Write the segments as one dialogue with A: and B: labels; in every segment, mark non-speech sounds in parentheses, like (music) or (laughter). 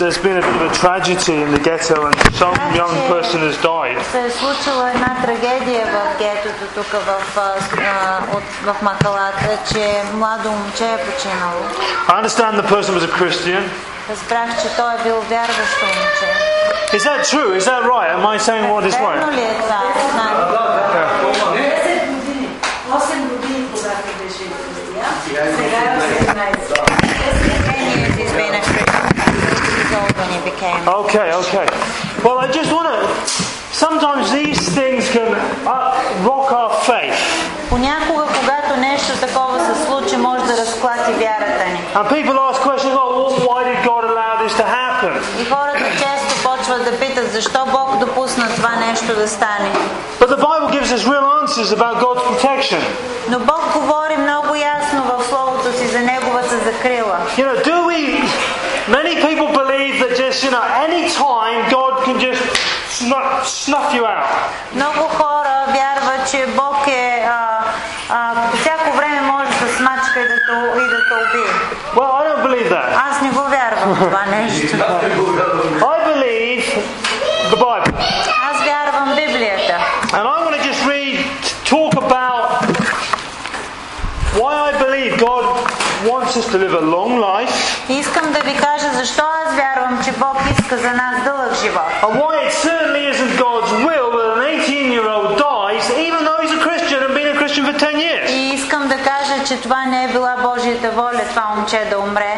A: There's been a bit of a tragedy in the ghetto, and some young person has died.
B: се е случила една трагедия в гетото тук в, а, с- а, от, в Макалата, че младо момче е починало.
A: I understand the person was a Christian.
B: Разбрах, че той е бил вярващо момче.
A: Is that true? Is that right? Am I saying what is
B: Верно
A: right?
B: ли е това? Не знам.
C: 10 години. 8 години, когато беше християн, сега е 18.
B: Ten years he's been a Christian. He's old when he became.
A: Okay, okay. Well, I just want to. Sometimes these things can uh, rock our faith.
B: Понякога, когато нещо такова се случи, може да разклати вярата ни.
A: And people ask questions like, well, why did God allow this to happen?
B: И хората често почват да питат защо Бог допусна това нещо да стане.
A: But the Bible gives us real answers about God's protection.
B: Но Бог говори много ясно в Словото си за Неговата закрила.
A: You know, do we. Many people believe that just, you know, any time God can just snuff, snuff you out.
B: Много хора вярват, че Бог е... А, а, по всяко време може да смачка и да те, и да те убие.
A: Well, I don't believe that.
B: Аз не го вярвам това нещо.
A: I believe the Bible.
B: Аз вярвам Библията.
A: And I want to just read, talk about why I believe God wants us to live a long life
B: И искам да ви кажа защо аз вярвам, че Бог иска за нас дълъг живот.
A: and why it certainly isn't God's will that an 18 year old dies, even though he's a Christian and been a Christian for 10 years.
B: И искам да кажа, че това не е била Божията воля, това момче да умре.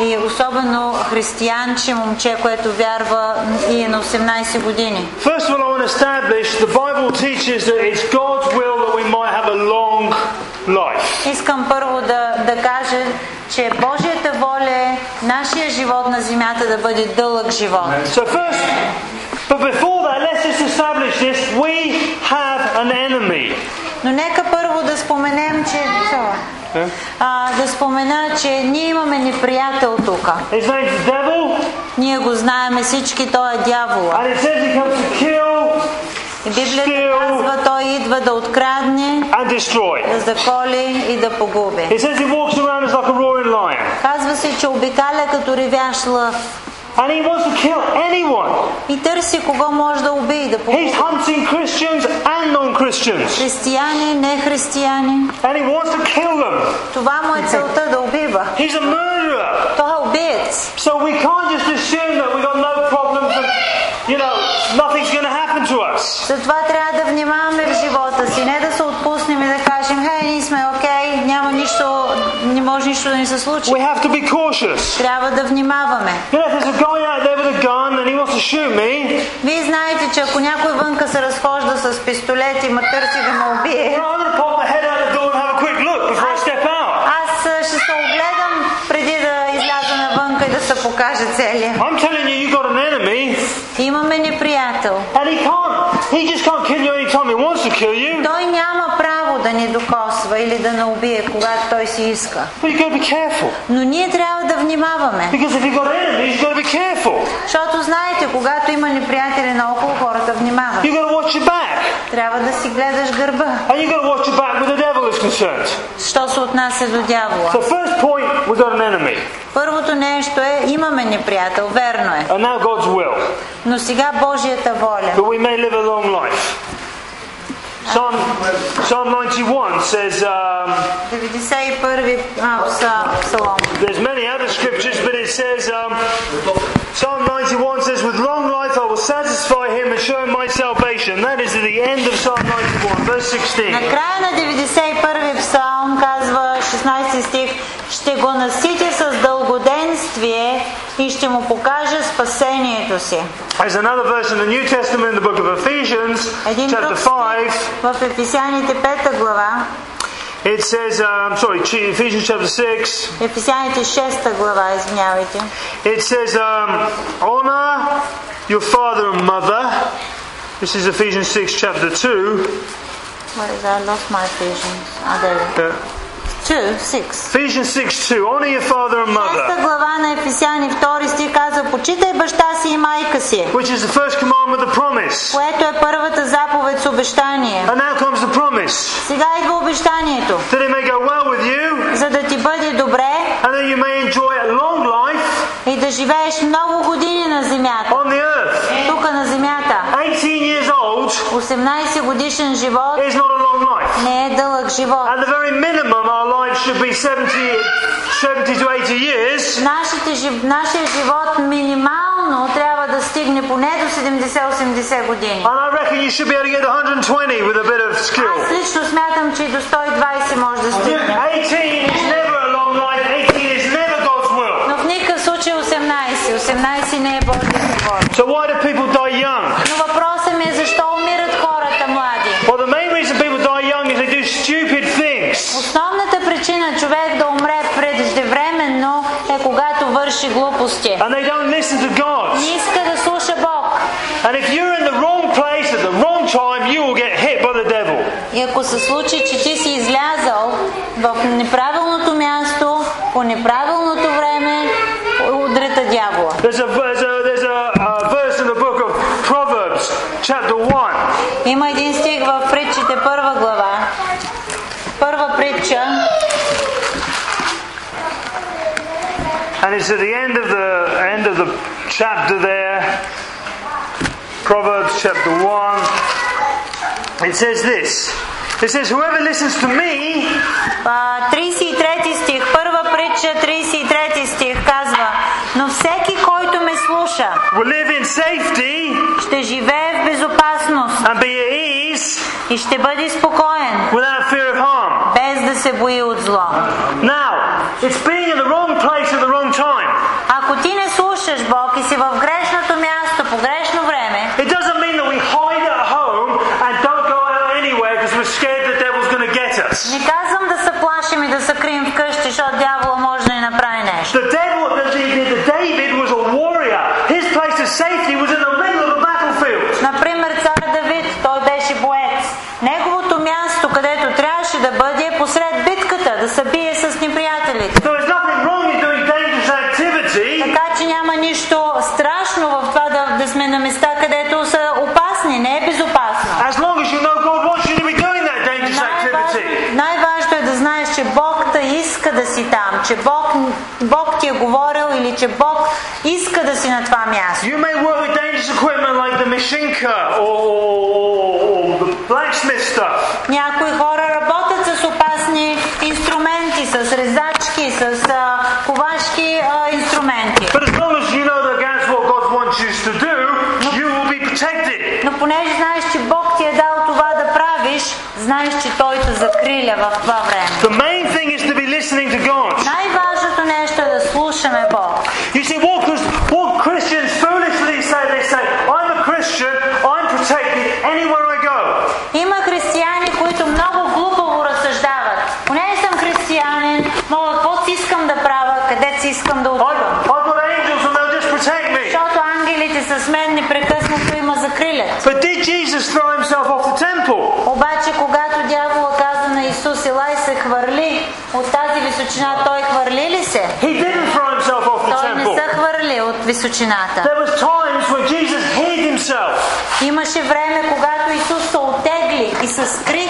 B: И особено християнче момче, което вярва и е на 18 години.
A: First of all, I want to establish the Bible teaches that it's God's will that we might have a long life.
B: Искам първо да, да кажа, че Божията воля е нашия живот на земята да бъде дълъг живот.
A: So, first, but before that, let's just establish this we have an enemy.
B: Но нека първо да споменем, че...
A: Е?
B: А, да спомена, че ние имаме неприятел тук.
A: His name's the devil.
B: Ние го знаеме всички, той е дявола.
A: And it says he comes to kill
B: И Библията казва, той идва да открадне,
A: and destroy.
B: да заколи и да погуби.
A: It says he walks around as like a roaring lion.
B: Казва се, че обикаля като ревящ лъв
A: And he wants to kill anyone.
B: и търси кого може да убие и да
A: He's
B: погуби.
A: hunting Christians and non Christians.
B: Християни, не християни.
A: And he wants to kill them.
B: Това му е целта да убива.
A: He's a murderer.
B: Той е убиец.
A: So we can't just assume that we've got no problems and, you know, nothing's going to happen to us.
B: Затова трябва да внимаваме в живота си. Не да се отпуснем и да кажем, хей, ние сме окей, няма нищо, не може нищо да ни се случи.
A: We have to be cautious.
B: Трябва да внимаваме.
A: You know, if there's a guy out there with a gun and he wants to shoot me,
B: Вие знаете, че ако някой вънка се разхожда с пистолет и ме търси да ме
A: you
B: убие,
A: know, I'm going to pop my head out the door and have a quick look before I step out.
B: Аз а, ще се огледам преди да изляза навънка и да се покажа целия.
A: I'm telling you, you've got an enemy.
B: Имаме неприятел.
A: And he can't. He just can't kill you any time he wants to kill you.
B: Той няма право да ни докосва или да не убие, когато той си иска.
A: But you've got to be careful.
B: Но ние трябва да внимаваме,
A: Because if you've got enemies, you've got to be careful.
B: защото знаете, когато има неприятели наоколо, хората внимават.
A: You've got to watch your back.
B: Трябва да си гледаш гърба,
A: And you've got to watch your back where the devil is concerned.
B: що се отнася до дявола.
A: So, first point, we've got an enemy.
B: Първото нещо е, имаме неприятел, верно е.
A: And now God's will.
B: Но сега Божията воля.
A: That we may live a long life. Psalm, Psalm 91 says um,
B: 91-ви а, пса- псалом.
A: there's many other scriptures, but it says um, Psalm 91 says, "With long life I will satisfy him and show him my salvation." That is at the end of Psalm 91, verse 16.
B: На края на 91-ви псалм казва 16 стих Ще го наситя с дългоденствие и ще му покажа спасението си.
A: There's another verse in the New Testament in the book of Ephesians,
B: Един
A: chapter
B: друг
A: 5.
B: стих в Ефесяните 5 глава,
A: It says, um, sorry, Ch- Ephesians chapter 6.
B: Ефесяните 6 глава, извинявайте.
A: It says, um, honor your father and mother. This is Ephesians 6, chapter 2.
B: Where is I lost my Ephesians? А, да, да.
A: Uh,
B: 2, 6.
A: Ephesians 6, 2. Honor your father and mother.
B: 6 глава на Ефесяни 2 стих казва Почитай баща си и майка си,
A: Which is the first commandment, the promise.
B: което е първата заповед с обещание.
A: And now comes the promise.
B: Сега идва обещанието.
A: That it may go well with you,
B: За да ти бъде добре,
A: and that you may enjoy a long life
B: и да живееш много години на земята.
A: on the earth.
B: Тук на земята.
A: 18 years old
B: 18 годишен живот
A: is not a long life.
B: не е дълъг живот.
A: At the very minimum, our lives should be 70, 70 to 80 years.
B: Нашите, жи- нашия живот минимално трябва да стигне поне до 70-80 години.
A: And I reckon you should be able to get 120 with a bit of skill.
B: Аз лично смятам, че и до 120 може да стигне.
A: 18 is never a long life. 18 is never God's will.
B: Но в никакъв случай 18. 18 не е Божията воля.
A: So why do people die young?
B: Но въпросът ми е защо умират хората млади.
A: Well, the main reason people die young is they do stupid things.
B: Основната причина човек да умре преждевременно е когато върши глупости.
A: And they don't listen to God.
B: Не иска да слуша Бог.
A: And if you're in the wrong place at the wrong time, you will get hit by the devil.
B: И ако се случи, че ти си излязал в неправилното място, по неправилното време, удрата дявола.
A: There's a there's a, there's a, uh verse in the book of Proverbs, chapter one.
B: Има един стих в притчите, първа глава. Първа притча,
A: And it's at the end of the end of the chapter there. Proverbs chapter one. It says this. It says, Whoever listens to me
B: а, 33 стих, първа притча, 33 стих казва Но всеки, който ме слуша,
A: will live in safety
B: ще живее в безопасност
A: and be at ease
B: и ще бъде спокоен,
A: without fear of harm.
B: без да се бои от зло.
A: Now, it's being in the wrong place at the wrong time.
B: Ако ти не слушаш Бог и си в грешното място, по грешно време,
A: It doesn't mean that we hide at home and don't go out anywhere because we're scared the devil's going to get us.
B: Не казвам да се плашим и да се крием вкъщи, защото дявола може да ни направи нещо.
A: The devil, the, the, the David was a warrior. His place of safety was in the middle of a battlefield.
B: Например, цар Давид, той беше боец. Неговото място, където трябваше да бъде, е посред битката, да се бие с неприятелите.
A: So there's nothing wrong in doing dangerous activity,
B: Така че няма нищо страшно в това да, да сме на места, където са опасни, не е безопасно.
A: as long as you know God wants you to be doing that dangerous activity.
B: Най-важно- Най-важното е да знаеш, че Бог те иска да си там, че Бог, Бог ти е говорил или че Бог иска да си на това място.
A: You may work with dangerous equipment like the Mashinka or, or, or the blacksmith stuff.
B: Някои хора работят с опасни инструменти, с резачки, с а, ковашки а, инструменти.
A: But as long as you know that that's what God wants you to do, you will be protected.
B: Но понеже знаеш, че Бог ти е дал това да правиш, знаеш, че Той те закриля в това време.
A: The main thing is to be listening to God.
B: Най-важното нещо е да слушаме Бог.
A: You see, what, Chris- what Christians foolishly say, they say, I'm a Christian, I'm protected anywhere I go.
B: Има християни, които много глупаво разсъждават. Понеже съм християнин, мога какво си искам да правя, къде си искам да
A: I've,
B: отивам.
A: I've got angels and they'll just protect me.
B: Защото ангелите с мен непрекъснато има закрилят.
A: But did Jesus throw himself off the temple?
B: Обаче, когато дявола каза на Исус, Илай се хвърли от тази височина, той хвърли ли се?
A: He didn't throw himself off the
B: Той не
A: temple.
B: се хвърли от височината.
A: There was times when Jesus hid himself
B: Имаше време, когато Исус се отегли и се скри,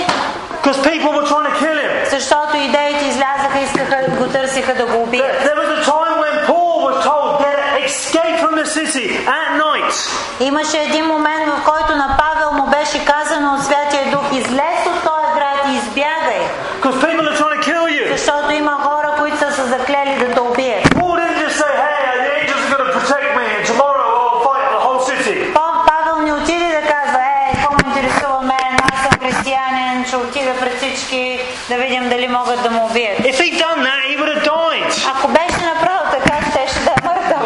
A: because people were trying to kill him.
B: защото идеите излязаха и искаха, го търсиха да го убият.
A: There was a time when Paul was told, "Get escape from the city at night."
B: Имаше един момент, в който на Павел му беше казано от Святия Дух, излез от този град и избягай,
A: Because people are trying to kill you.
B: защото има хора, които са се заклели да те убият.
A: Paul didn't just say, hey, the angels are going to protect me and tomorrow I'll fight the whole city.
B: Пав- Павел не отиде да казва, е, какво ме интересува мен, аз съм християнин, ще отида пред всички да видим дали могат да му убият.
A: If he'd done that, he would have died.
B: Ако беше направил така, ще ще да е мъртъв.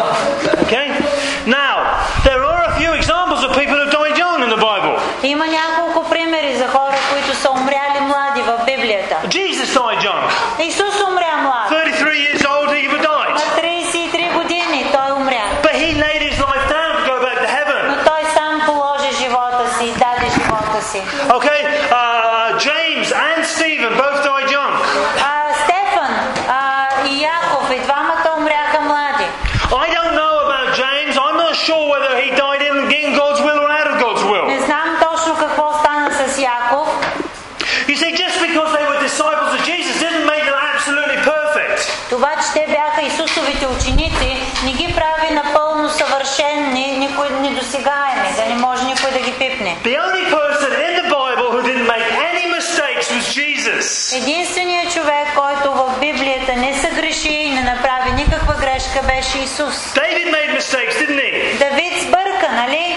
A: Okay? Now, there are a few examples of people who died young in the Bible.
B: Има няколко примери за хора, които са умряли млади в Библията.
A: Jesus died young.
B: Исус умря млад.
A: 33 years old, he would have
B: На
A: died.
B: 33 години той умря.
A: But he laid his life down to go back to heaven.
B: Но той сам положи живота си и даде живота си.
A: Okay? Uh, James and Stephen both died young.
B: А, Стефан а, и Яков, и двамата умряха млади.
A: I don't know about James. I'm not sure whether he died in, in God's will or out of God's will.
B: Не знам точно какво стана с Яков,
A: You see, just because they were disciples of Jesus didn't make them absolutely perfect.
B: Това, че те бяха Исусовите ученици, не ги прави недосегаеми, да не може никой да ги пипне.
A: The only person in the Bible who didn't make any mistakes was Jesus.
B: Единственият човек, който в Библията не съгреши и не направи никаква грешка, беше Исус.
A: David made mistakes, didn't he? Uh,
B: Давид сбърка, нали?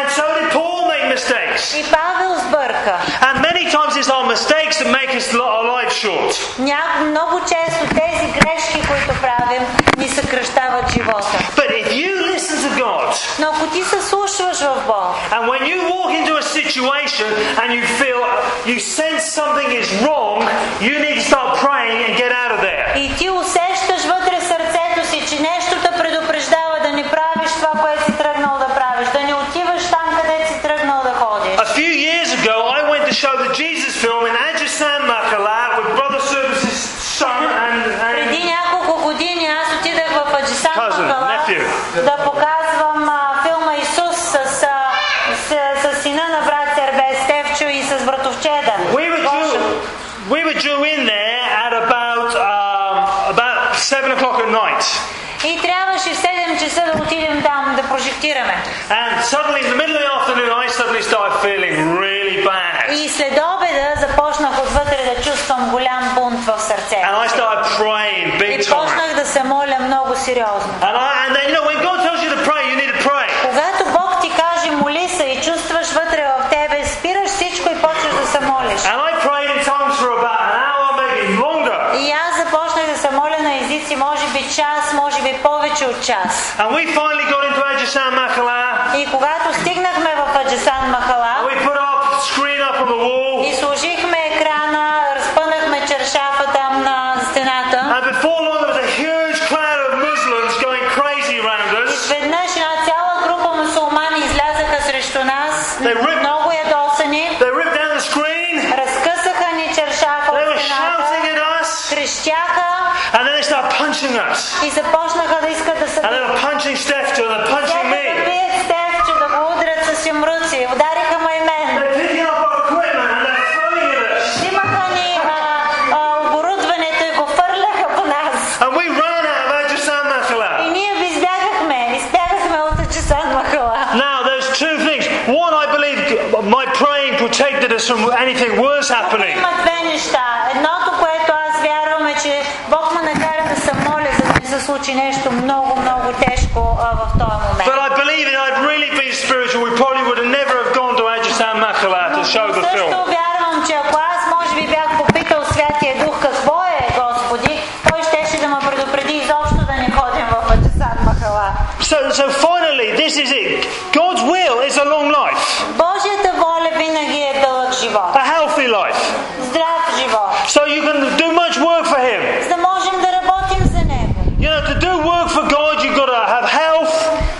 A: And so did Paul make mistakes.
B: И Павел сбърка.
A: And many times it's our mistakes that make us li- our life short.
B: Ня... Много често тези грешки, които правим, ни съкръщават живота.
A: But if you listen to God,
B: Но ако ти се слушваш в Бог,
A: and when you walk into a situation and you feel you sense something is wrong, you need to start praying and get out of there.
B: и ти усещаш вътре в сърцето си, че нещо те предупреждава да не правиш това, което си тръгнал да правиш, да не отиваш там, където си тръгнал да ходиш.
A: A few years ago, I went to show the Jesus film in Ajasan Makala with Brother Service's son and,
B: Преди
A: and
B: няколко години аз отидах в Аджисан
A: Cousin,
B: Макала
A: nephew.
B: да показвам а, филма Исус с, а, с, с сина на брат Сербе Стевчо и с братовчеда.
A: we were due, we were due in there at about um, about seven o'clock at night,
B: И трябваше в 7 часа да отидем там да прожектираме.
A: and suddenly in the middle of the afternoon, I suddenly started feeling really bad,
B: И след обеда започнах отвътре да чувствам голям бунт в
A: and
B: сърцето.
A: I started praying big
B: И
A: time.
B: почнах да се моля много сериозно.
A: And, I, and then, you know, when God tells you to pray, you need to pray.
B: Когато Бог ти каже моли се и чувстваш вътре в тебе, спираш всичко и почваш да се молиш.
A: And I prayed in tongues for about an hour, maybe longer.
B: И аз започнах да се моля на езици, може би час, може би повече от час.
A: And we finally got into Ajasan Makala.
B: И когато стигнахме в Аджасан
A: And
B: Махала
A: we put our screen up on the wall.
B: и сложихме екрана, разпънахме чершафа там на стената,
A: And before long, there was a huge cloud of Muslims going crazy around us.
B: изведнъж една цяла група мусулмани излязаха срещу нас,
A: They ripped-
B: много ядосани,
A: They ripped down the screen.
B: разкъсаха ни чершафа
A: They
B: от
A: were shouting
B: стената,
A: at us.
B: крещяха
A: And then they started punching us.
B: и започнаха да искат да се
A: And they were punching Stefto. They're punching
B: Те
A: me.
B: да бият Стефчо, да го удрят с юмруци. Удариха му и мен.
A: They're picking up our equipment and they're throwing at us.
B: Взимаха ни а, а, оборудването и го фърляха по нас.
A: And we ran out of Ajasan Makala.
B: И ние ви избягахме. Избягахме от Аджисан Махала.
A: Now, there's two things. One, I believe my praying protected us from anything worse happening.
B: Има две неща. Едното, което аз вярвам е, че Бог ме накара да се моля, за да ми се случи нещо много, много тежко а, в този
A: But
B: момент.
A: I believe if I'd really been spiritual, we probably would have never have gone to Ajasan Makala to show the
B: Също
A: film.
B: вярвам, че ако аз може би бях попитал Святия Дух какво е Господи, той щеше да ме предупреди изобщо да не ходим в Аджасан Махала.
A: So, so finally, this is it. God's will is a long life,
B: Божията воля винаги е дълъг живот,
A: a healthy life.
B: здрав живот,
A: So you can do much work for Him.
B: за да можем да работим за Него.
A: You know, to do work for God, you've got to have health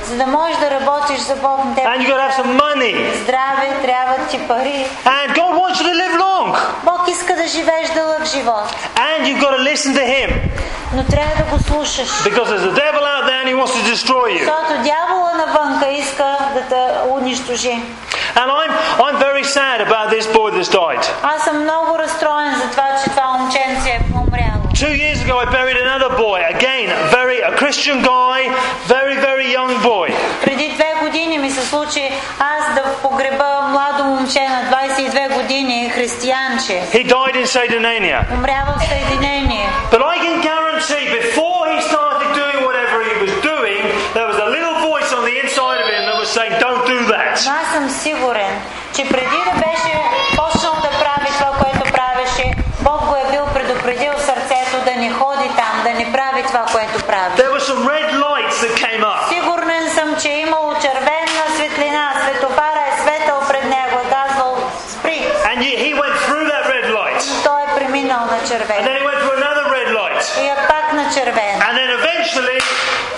B: За да можеш да работиш за Бог, на теб
A: and you've got to have some money.
B: здраве, трябват ти пари.
A: And God wants you to live long.
B: Бог иска да живееш дълъг живот,
A: And you've got to listen to Him
B: но трябва да го слушаш.
A: because there's a devil out there and He wants to destroy you.
B: Защото дявола навънка иска да те унищожи.
A: And I'm, I'm very sad about this boy that's died.
B: Аз съм много разстроен за това, че това момченце е умряло.
A: Two years ago, I buried another boy. Again, a very a Christian guy, very very young boy.
B: Преди две години ми се случи аз да погреба младо момче на 22 години, християнче.
A: He диed in Satanania.
B: Умря в Съединение.
A: But I can guarantee, before he started doing whatever he was doing, there was a little voice on the inside of him that was saying, "Don't do
B: Но
A: that."
B: аз съм сигурен, че преди да беше почнал да прави това, което правеше, Бог го е бил предупредил в сърцето да не ходи там, да не прави това, което прави.
A: There were some red lights that came up,
B: Сигурен съм, че е имало червена светлина, светопара е светъл пред него, е казвал спри.
A: and he he went through that red light,
B: Той е преминал на
A: and
B: червено.
A: then he went through another red light,
B: И е пак на червено.
A: and then eventually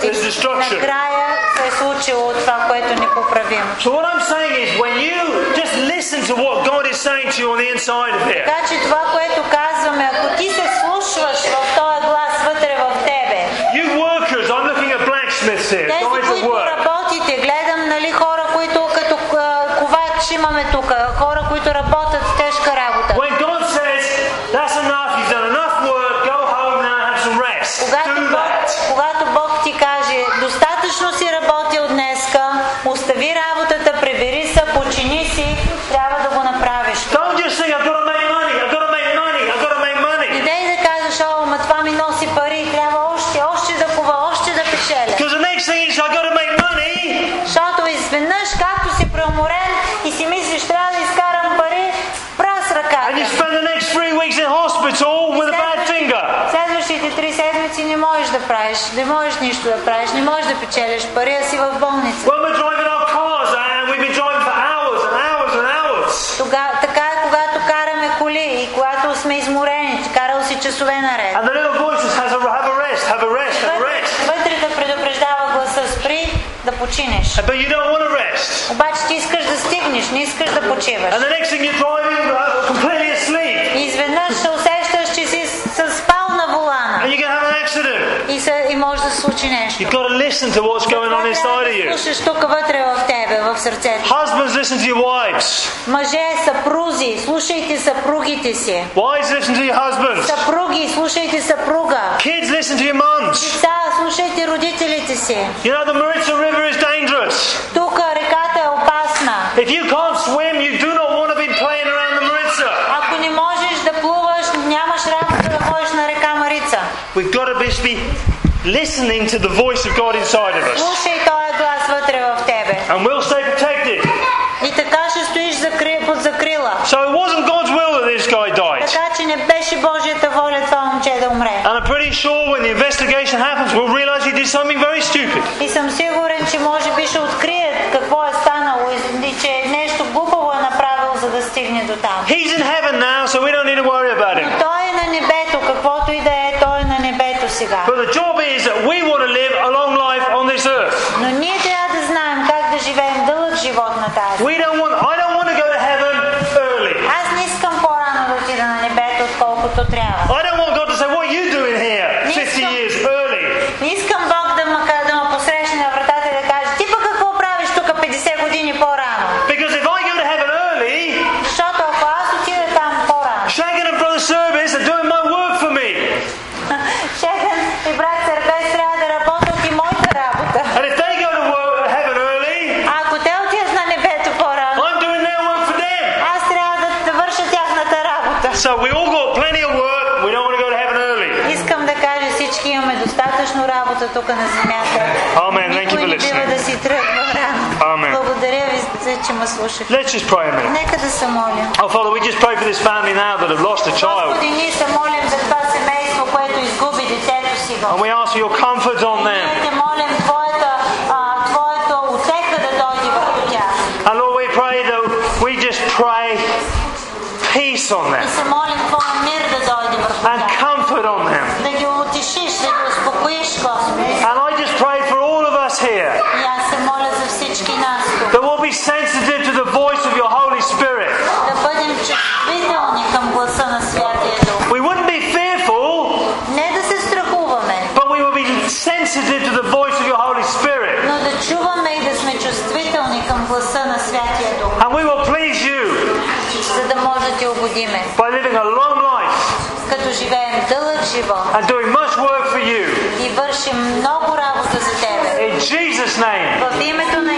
A: there's destruction.
B: Накрая се е случило това, което непоправимо.
A: So what I'm saying is, when you just listen to what God is saying to you on the inside of here,
B: Така че това, което казваме, ако ти се слушваш в този глас вътре в тебе,
A: you workers, I'm looking at blacksmiths here, guys
B: Тези,
A: at
B: които
A: work.
B: работите, гледам нали, хора, които като а, ковач имаме тук, хора, които работят с тежка работа.
A: When God says, that's enough, you've done enough work, go home now, have some rest. Do
B: Когато Бог,
A: that.
B: когато Бог ти каже, достатъчно си работил днеска,
A: next thing is, I've got to make money.
B: Защото изведнъж, както си преуморен и си мислиш, трябва да изкарам пари, прас
A: And you
B: ръката.
A: spend the next three weeks in hospital with a bad finger.
B: Следващите три седмици не можеш да правиш, не можеш нищо да правиш, не можеш да печелиш пари, а си в болница.
A: When we're driving our cars, and we've been driving for hours and hours and hours.
B: Тога, така е, когато караме коли и когато сме изморени, ти карал си часове наред.
A: And the little voice just has a, have a rest, have a rest, have a
B: Вътре,
A: rest.
B: вътре да предупреждава гласа, спри да починеш.
A: But you don't want to rest.
B: Обаче ти искаш да стигнеш, не искаш да почиваш.
A: And the next thing you're driving, uh, completely asleep.
B: И изведнъж се усещаш, че си с- с спал на
A: And
B: вулана
A: you can have an accident.
B: и, се, и може да се случи нещо.
A: You've got to listen to what's going on inside of you.
B: Слушаш тук вътре в тебе, в сърцето.
A: Husbands, listen to your wives.
B: Мъже, съпрузи, слушайте съпругите си.
A: Wives, listen to your husbands.
B: Съпруги, слушайте съпруга.
A: Kids, listen to your mums.
B: Деца, слушайте родителите си.
A: You know, the Maritza River is dangerous.
B: Тук реката е опасна.
A: If you can't swim, you do not want to be playing around the Maritza.
B: Ако не можеш да плуваш, нямаш работа да ходиш на река Марица.
A: We've got to be- be listening to the voice of God inside of us.
B: Слушай този глас вътре в тебе.
A: And we'll stay protected.
B: И така ще стоиш закри... под закрила.
A: So it wasn't God's will that this guy died.
B: Така че не беше Божията воля това момче да умре.
A: And I'm pretty sure when the investigation happens, we'll realize he did something very stupid.
B: И съм сигурен, че може би ще открият какво е станало и- и че нещо глупаво е направил, за да стигне до там.
A: He's in heaven now, so we don't need to worry about him.
B: Той е на небето, каквото и да е, той е на небето сега.
A: But the job is that we want to live a long life on this earth.
B: Но ние трябва да знаем как да живеем дълъг живот на тази.
A: We don't want. I don't want to go to heaven early.
B: Аз не искам по-рано да отида на небето, отколкото трябва.
A: I don't want God to say, "What are you doing here, 50 years early?"
B: Не искам Бог да ме, ка- да ме посрещне на вратата и да каже, ти пък какво правиш тук 50 години по-рано?
A: Because if I go to heaven early,
B: Защото ако аз отида там по-рано, (laughs)
A: Shagan and Brother Service are doing my work for me.
B: Шехен и брат Сърбес трябва да работят и моята работа.
A: And if they go to wo- heaven early,
B: А ако те отидат на небето по-рано,
A: I'm doing their work for them.
B: аз трябва да, да върша тяхната работа.
A: So we all got plenty of work. We don't want to go to heaven early.
B: Искам да кажа, всички имаме достатъчно работа тук на земята.
A: Amen. Thank you
B: Никой
A: for
B: не бива да
A: listening.
B: си тръгва рано.
A: Amen.
B: Благодаря ви, за- че ме слушахте.
A: Let's just pray a minute.
B: Нека да се моля.
A: Oh, Father, we just pray for this family now that have lost a child.
B: Господи, ние се молим за това семейство, което изгуби детето си,
A: And
B: Господи.
A: we ask for your comfort on
B: Ние
A: them.
B: те молим Твоята, а, Твоята отека да дойде върху тях.
A: And Lord, we pray that we just pray peace on
B: И
A: them
B: се молим Твоя мир да дойде върху
A: and
B: тях.
A: comfort on them.
B: Да ги утешиш, да ги успокоиш, Господи.
A: And I just pray for all of us here
B: И аз се моля за всички нас тук.
A: that we'll be sensitive to the voice of your Holy Spirit.
B: Да бъдем чувствителни към гласа на Святия Дух.
A: We wouldn't be fearful,
B: Не да се страхуваме,
A: but we would be sensitive to the voice of your Holy Spirit.
B: но да чуваме и да сме чувствителни към гласа на Святия Дух,
A: And we will please you
B: за да може да ти угодиме.
A: by living a long life
B: като живеем дълъг живот
A: and doing much work for you.
B: и вършим много работа за Тебе.
A: In Jesus' name.
B: В името на